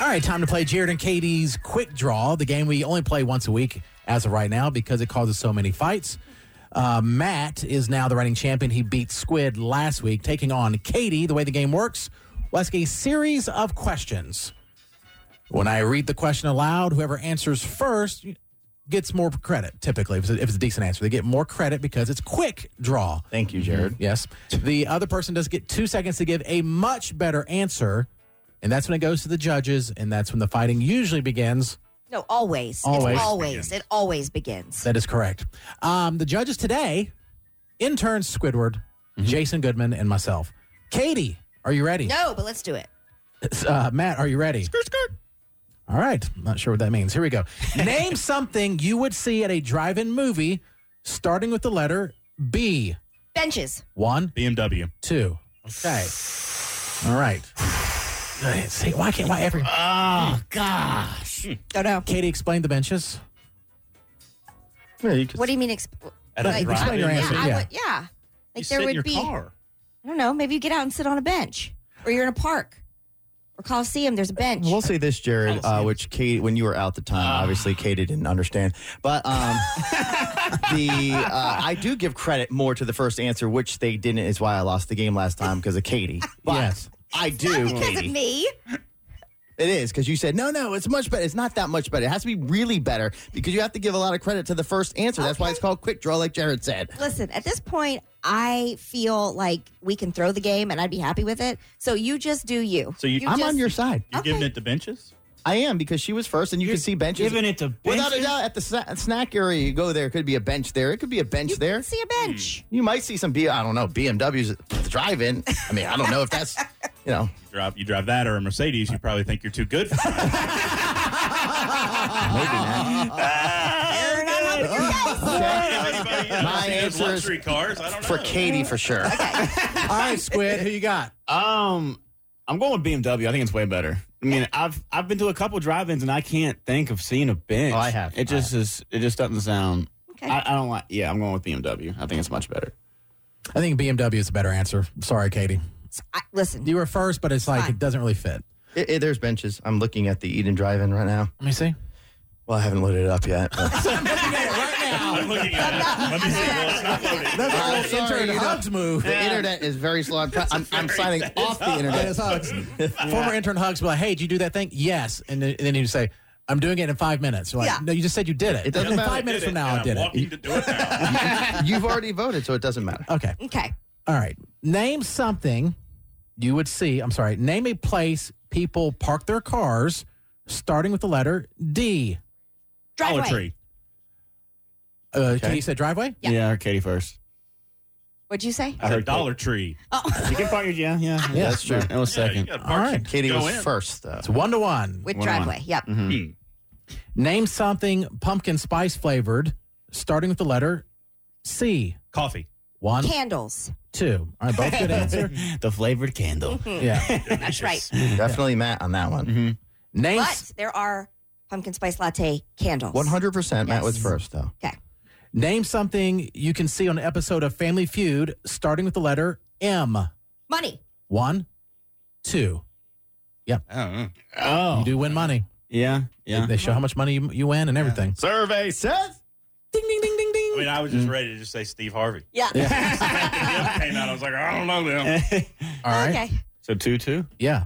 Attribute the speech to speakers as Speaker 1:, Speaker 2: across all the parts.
Speaker 1: All right, time to play Jared and Katie's Quick Draw, the game we only play once a week as of right now because it causes so many fights. Uh, Matt is now the reigning champion. He beat Squid last week, taking on Katie. The way the game works, we'll ask a series of questions. When I read the question aloud, whoever answers first gets more credit, typically, if it's a, if it's a decent answer. They get more credit because it's Quick Draw.
Speaker 2: Thank you, Jared.
Speaker 1: Yes. The other person does get two seconds to give a much better answer, and that's when it goes to the judges, and that's when the fighting usually begins.
Speaker 3: No, always.
Speaker 1: Always
Speaker 3: It's always. It always begins.
Speaker 1: That is correct. Um, the judges today, intern Squidward, Jason Goodman, and myself. Katie, are you ready?
Speaker 3: No, Oh, but let's do it.
Speaker 1: Uh, Matt, are you ready? All right. Not sure what that means. Here we go. Name something you would see at a drive-in movie, starting with the letter B.
Speaker 3: Benches.
Speaker 1: One,
Speaker 2: BMW.
Speaker 1: two. Okay. All right. Uh, See, why can't why every
Speaker 2: Oh, gosh.
Speaker 3: Don't know.
Speaker 1: Katie explained the benches?
Speaker 3: What do you mean? Exp-
Speaker 2: At a drive-in
Speaker 1: explain your
Speaker 2: movie.
Speaker 1: answer,
Speaker 3: Yeah,
Speaker 1: yeah.
Speaker 3: I would, yeah. Like
Speaker 2: sit
Speaker 3: there
Speaker 2: in your
Speaker 3: would be.
Speaker 2: car.
Speaker 3: I don't know. Maybe you get out and sit on a bench, or you're in a park, or Coliseum. There's a bench.
Speaker 4: We'll say this, Jared, uh, which Kate, when you were out the time,
Speaker 5: Ah.
Speaker 4: obviously Katie didn't understand. But um, the uh, I do give credit more to the first answer, which they didn't, is why I lost the game last time because of Katie. But
Speaker 1: Yes.
Speaker 4: I do.
Speaker 3: because of me.
Speaker 4: It is because you said no, no. It's much better. It's not that much better. It has to be really better because you have to give a lot of credit to the first answer. That's why it's called quick draw, like Jared said.
Speaker 3: Listen, at this point, I feel like we can throw the game, and I'd be happy with it. So you just do you.
Speaker 2: So you-
Speaker 4: I'm
Speaker 3: just-
Speaker 4: on your side.
Speaker 2: You're
Speaker 3: Okay.
Speaker 2: giving it to benches?
Speaker 4: I am because she was first, and you can see benches.
Speaker 5: Giving it to
Speaker 4: Without a
Speaker 5: benches?
Speaker 4: doubt, at the sna- snack area, you go there. It could be a bench there. It could be a bench
Speaker 3: You
Speaker 4: there.
Speaker 3: can see a bench.
Speaker 4: You might see some B. I don't know BMWs at the drive-in. I mean, I don't know if that's you know.
Speaker 2: You drive, you drive that or a Mercedes, you probably think you're too good for it. Hmm. Anybody, uh,
Speaker 4: My
Speaker 2: seen those
Speaker 4: answer is
Speaker 2: luxury cars. I don't
Speaker 4: For
Speaker 2: know.
Speaker 4: Katie, for sure.
Speaker 1: All right, Squid, who you got?
Speaker 5: Um, I'm going with BMW. I think it's way better. I mean, I've I've been to a couple drive-ins and I can't think of seeing a bench.
Speaker 4: Oh, I have.
Speaker 5: It just is. It just doesn't sound.
Speaker 3: Okay.
Speaker 5: I, I don't like. Yeah, I'm going with BMW. I think it's much better.
Speaker 1: I think BMW is a better answer. Sorry, Katie.
Speaker 3: I, listen,
Speaker 1: You were first, but it's like it doesn't really fit.
Speaker 4: It- it- there's benches. I'm looking at the Eden Drive-in right now.
Speaker 1: Let me see.
Speaker 4: Well, I haven't loaded it up yet. but-
Speaker 2: I'm looking at it. Let me see. Well, it's not loaded.
Speaker 1: That's
Speaker 4: I'm
Speaker 1: all
Speaker 4: sorry,
Speaker 1: intern
Speaker 4: you know.
Speaker 1: Hugs move.
Speaker 4: The internet is very slow. I'm, try- I'm, I'm signing off the
Speaker 1: That is
Speaker 4: internet.
Speaker 1: Hugs. Former intern Hugs be like, hey, did you do that thing? Yes. And then, and then you say, I'm doing it in five minutes. You're like,
Speaker 3: Yeah.
Speaker 1: no, you just said you did it.
Speaker 4: It doesn't
Speaker 1: In
Speaker 4: matter.
Speaker 1: Five minutes
Speaker 2: Did
Speaker 1: from
Speaker 2: it,
Speaker 1: now,
Speaker 2: and
Speaker 1: I did
Speaker 2: I'm walking
Speaker 1: it.
Speaker 2: to do it now.
Speaker 4: You've already voted, so it doesn't matter.
Speaker 1: Okay.
Speaker 3: Okay.
Speaker 1: All right. Name something you would see. I'm sorry. Name a place people park their cars starting with the letter D.
Speaker 2: Dollar
Speaker 3: Driveway.
Speaker 2: Tree.
Speaker 1: Uh, Katie said driveway?
Speaker 3: Yeah.
Speaker 5: Yeah, Katie first.
Speaker 3: What'd you say? Oh.
Speaker 2: I heard Dollar Tree.
Speaker 5: You can park your yeah yeah.
Speaker 1: Yeah,
Speaker 4: that's true.
Speaker 5: It was
Speaker 2: Yeah, you
Speaker 5: second.
Speaker 2: gotta
Speaker 1: All
Speaker 2: park
Speaker 1: right.
Speaker 2: and
Speaker 4: Katie
Speaker 2: go
Speaker 4: was
Speaker 2: in.
Speaker 4: first, though.
Speaker 1: It's one to one.
Speaker 3: With
Speaker 5: One on.
Speaker 3: driveway. Yep.
Speaker 1: Name something pumpkin spice flavored starting with the letter C.
Speaker 2: Coffee.
Speaker 1: One,
Speaker 3: Candles.
Speaker 1: two. All right, both good answer.
Speaker 5: the flavored candle.
Speaker 1: Yeah.
Speaker 3: That's right.
Speaker 4: Definitely Matt on that one.
Speaker 1: Name
Speaker 3: But there are pumpkin spice latte candles.
Speaker 4: 100% Matt was
Speaker 3: Yes.
Speaker 4: first, though.
Speaker 3: Okay.
Speaker 1: name something you can see on an episode of Family Feud starting with the letter M.
Speaker 3: Money.
Speaker 1: One, two.
Speaker 5: Oh
Speaker 1: You do win money.
Speaker 5: yeah
Speaker 1: They-
Speaker 5: yeah.
Speaker 1: They show how much money you, you win and everything.
Speaker 4: Survey says.
Speaker 1: Ding, ding, ding, ding, ding.
Speaker 2: I mean, I was just ready to just say Steve Harvey.
Speaker 3: Yeah.
Speaker 2: Yeah, came out. I was like, I don't know them.
Speaker 1: All right.
Speaker 3: Okay.
Speaker 5: so two two.
Speaker 1: Yeah.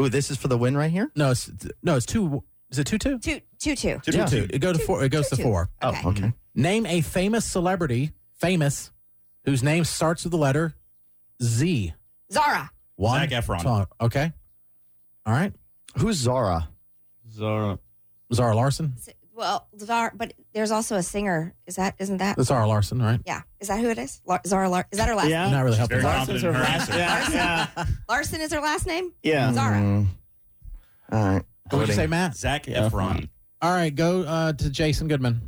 Speaker 4: Ooh, this is for the win right here?
Speaker 1: No, it's no, it's two. Is it two two?
Speaker 3: Two, two, two.
Speaker 2: Two,
Speaker 4: Yeah.
Speaker 2: two.
Speaker 1: It goes to
Speaker 3: Two-
Speaker 1: four. It goes
Speaker 3: two,
Speaker 1: to
Speaker 3: two.
Speaker 1: four.
Speaker 3: Okay.
Speaker 4: Oh, okay.
Speaker 1: Name a famous celebrity, famous, whose name starts with the letter Z.
Speaker 3: Zara.
Speaker 1: One.
Speaker 2: Zac Efron.
Speaker 1: song. Okay. All right.
Speaker 4: Who's Zara?
Speaker 5: Zara.
Speaker 1: Zara Larson.
Speaker 3: S- Well, Zara, but there's also a singer. Is that? Isn't that?
Speaker 1: That's Zara Larson, right?
Speaker 3: Yeah. Is that who it is? Lar- Zara. Lar- is that her last?
Speaker 5: Yeah.
Speaker 1: You're not really helping.
Speaker 2: Very
Speaker 1: us.
Speaker 2: confident in her answer.
Speaker 5: Yeah yeah
Speaker 3: Larson is her last name.
Speaker 5: yeah.
Speaker 3: Zara.
Speaker 4: Mm. Mm-hmm. All right.
Speaker 1: What would you
Speaker 4: Voting.
Speaker 1: say, Matt?
Speaker 2: Zach
Speaker 5: Yeah.
Speaker 2: Efron.
Speaker 1: All right, go uh, to Jason Goodman.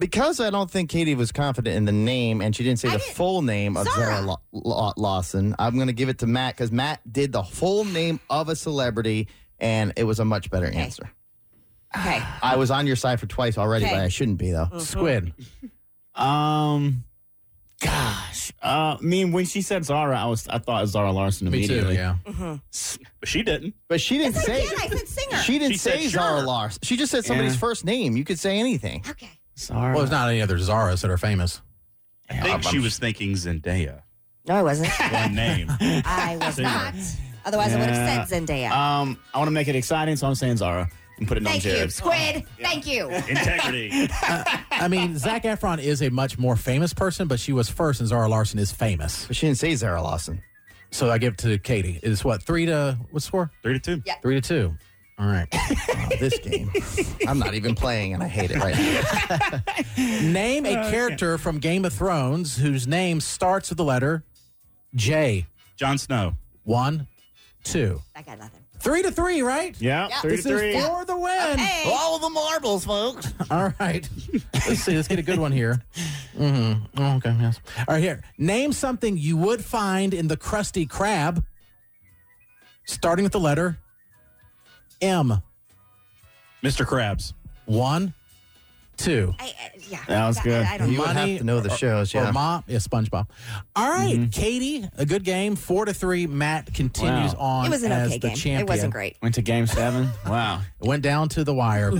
Speaker 4: Because I don't think Katie was confident in the name and she didn't say
Speaker 3: I
Speaker 4: the
Speaker 3: didn't-
Speaker 4: full name of Zara,
Speaker 3: Zara.
Speaker 4: Law- Law- Lawson, I'm going to give it to Matt because Matt did the full name of a celebrity and it was a much better answer.
Speaker 3: Okay.
Speaker 4: I was on your side for twice already,
Speaker 3: Okay.
Speaker 4: but I shouldn't be, though.
Speaker 1: Squid.
Speaker 5: Um, Gosh. Uh, I mean, when she said Zara, I was I thought Zara Larson
Speaker 1: Me too.
Speaker 5: immediately.
Speaker 1: Yeah.
Speaker 2: But she didn't.
Speaker 4: But she didn't
Speaker 3: I said
Speaker 4: say.
Speaker 3: again, I said singer.
Speaker 4: She didn't
Speaker 2: She said
Speaker 4: say Zara
Speaker 2: sure.
Speaker 4: Larson. She just said somebody's
Speaker 5: Yeah.
Speaker 4: first name. You could say anything.
Speaker 3: okay.
Speaker 5: Zara.
Speaker 1: Well, there's not any other Zaras that are famous.
Speaker 2: I think she was thinking Zendaya.
Speaker 3: No, I wasn't.
Speaker 2: One name.
Speaker 3: I was
Speaker 2: Singer.
Speaker 3: not. Otherwise, I would have said Zendaya.
Speaker 5: Um, I want to make it exciting, so I'm saying Zara and put it on
Speaker 3: Thank you,
Speaker 5: Jared.
Speaker 3: Squid. Thank you.
Speaker 2: Integrity.
Speaker 1: I mean, Zach Efron is a much more famous person, but she was first, and Zara Larson is famous.
Speaker 4: But she didn't say Zara Larson.
Speaker 1: So I give it to Katie. It's what three to what score?
Speaker 2: Three to two.
Speaker 3: Yeah.
Speaker 1: Three to two. All right.
Speaker 4: Oh, this game. I'm not even playing, and I hate it right now.
Speaker 1: Name a character from Game of Thrones whose name starts with the letter J.
Speaker 2: Jon Snow.
Speaker 1: One, two,
Speaker 3: I got nothing.
Speaker 1: three to three. Right.
Speaker 5: Yeah,
Speaker 3: Yeah.
Speaker 5: three
Speaker 1: This
Speaker 5: to three.
Speaker 1: is for the win.
Speaker 3: Hey.
Speaker 4: All the marbles, folks.
Speaker 1: All right. Let's see. Let's get a good one here. hmm Oh, okay. Yes. All right. Here. Name something you would find in the Krusty Krab, starting with the letter M.
Speaker 2: Mr. Krabs.
Speaker 1: One, two.
Speaker 3: I, I, yeah.
Speaker 5: That was
Speaker 3: I-
Speaker 5: good.
Speaker 3: I, I don't
Speaker 4: You
Speaker 3: know.
Speaker 4: would have
Speaker 1: Money
Speaker 4: to know the shows,
Speaker 1: Or
Speaker 4: yeah.
Speaker 1: Ma, yeah, SpongeBob. All right, Katie, a good game, four to three. Matt continues
Speaker 5: Wow.
Speaker 1: on
Speaker 3: It was an
Speaker 1: as
Speaker 3: okay
Speaker 1: the
Speaker 3: game.
Speaker 1: champion.
Speaker 3: It wasn't great.
Speaker 5: Went to game seven. Wow.
Speaker 1: Went down to the wire.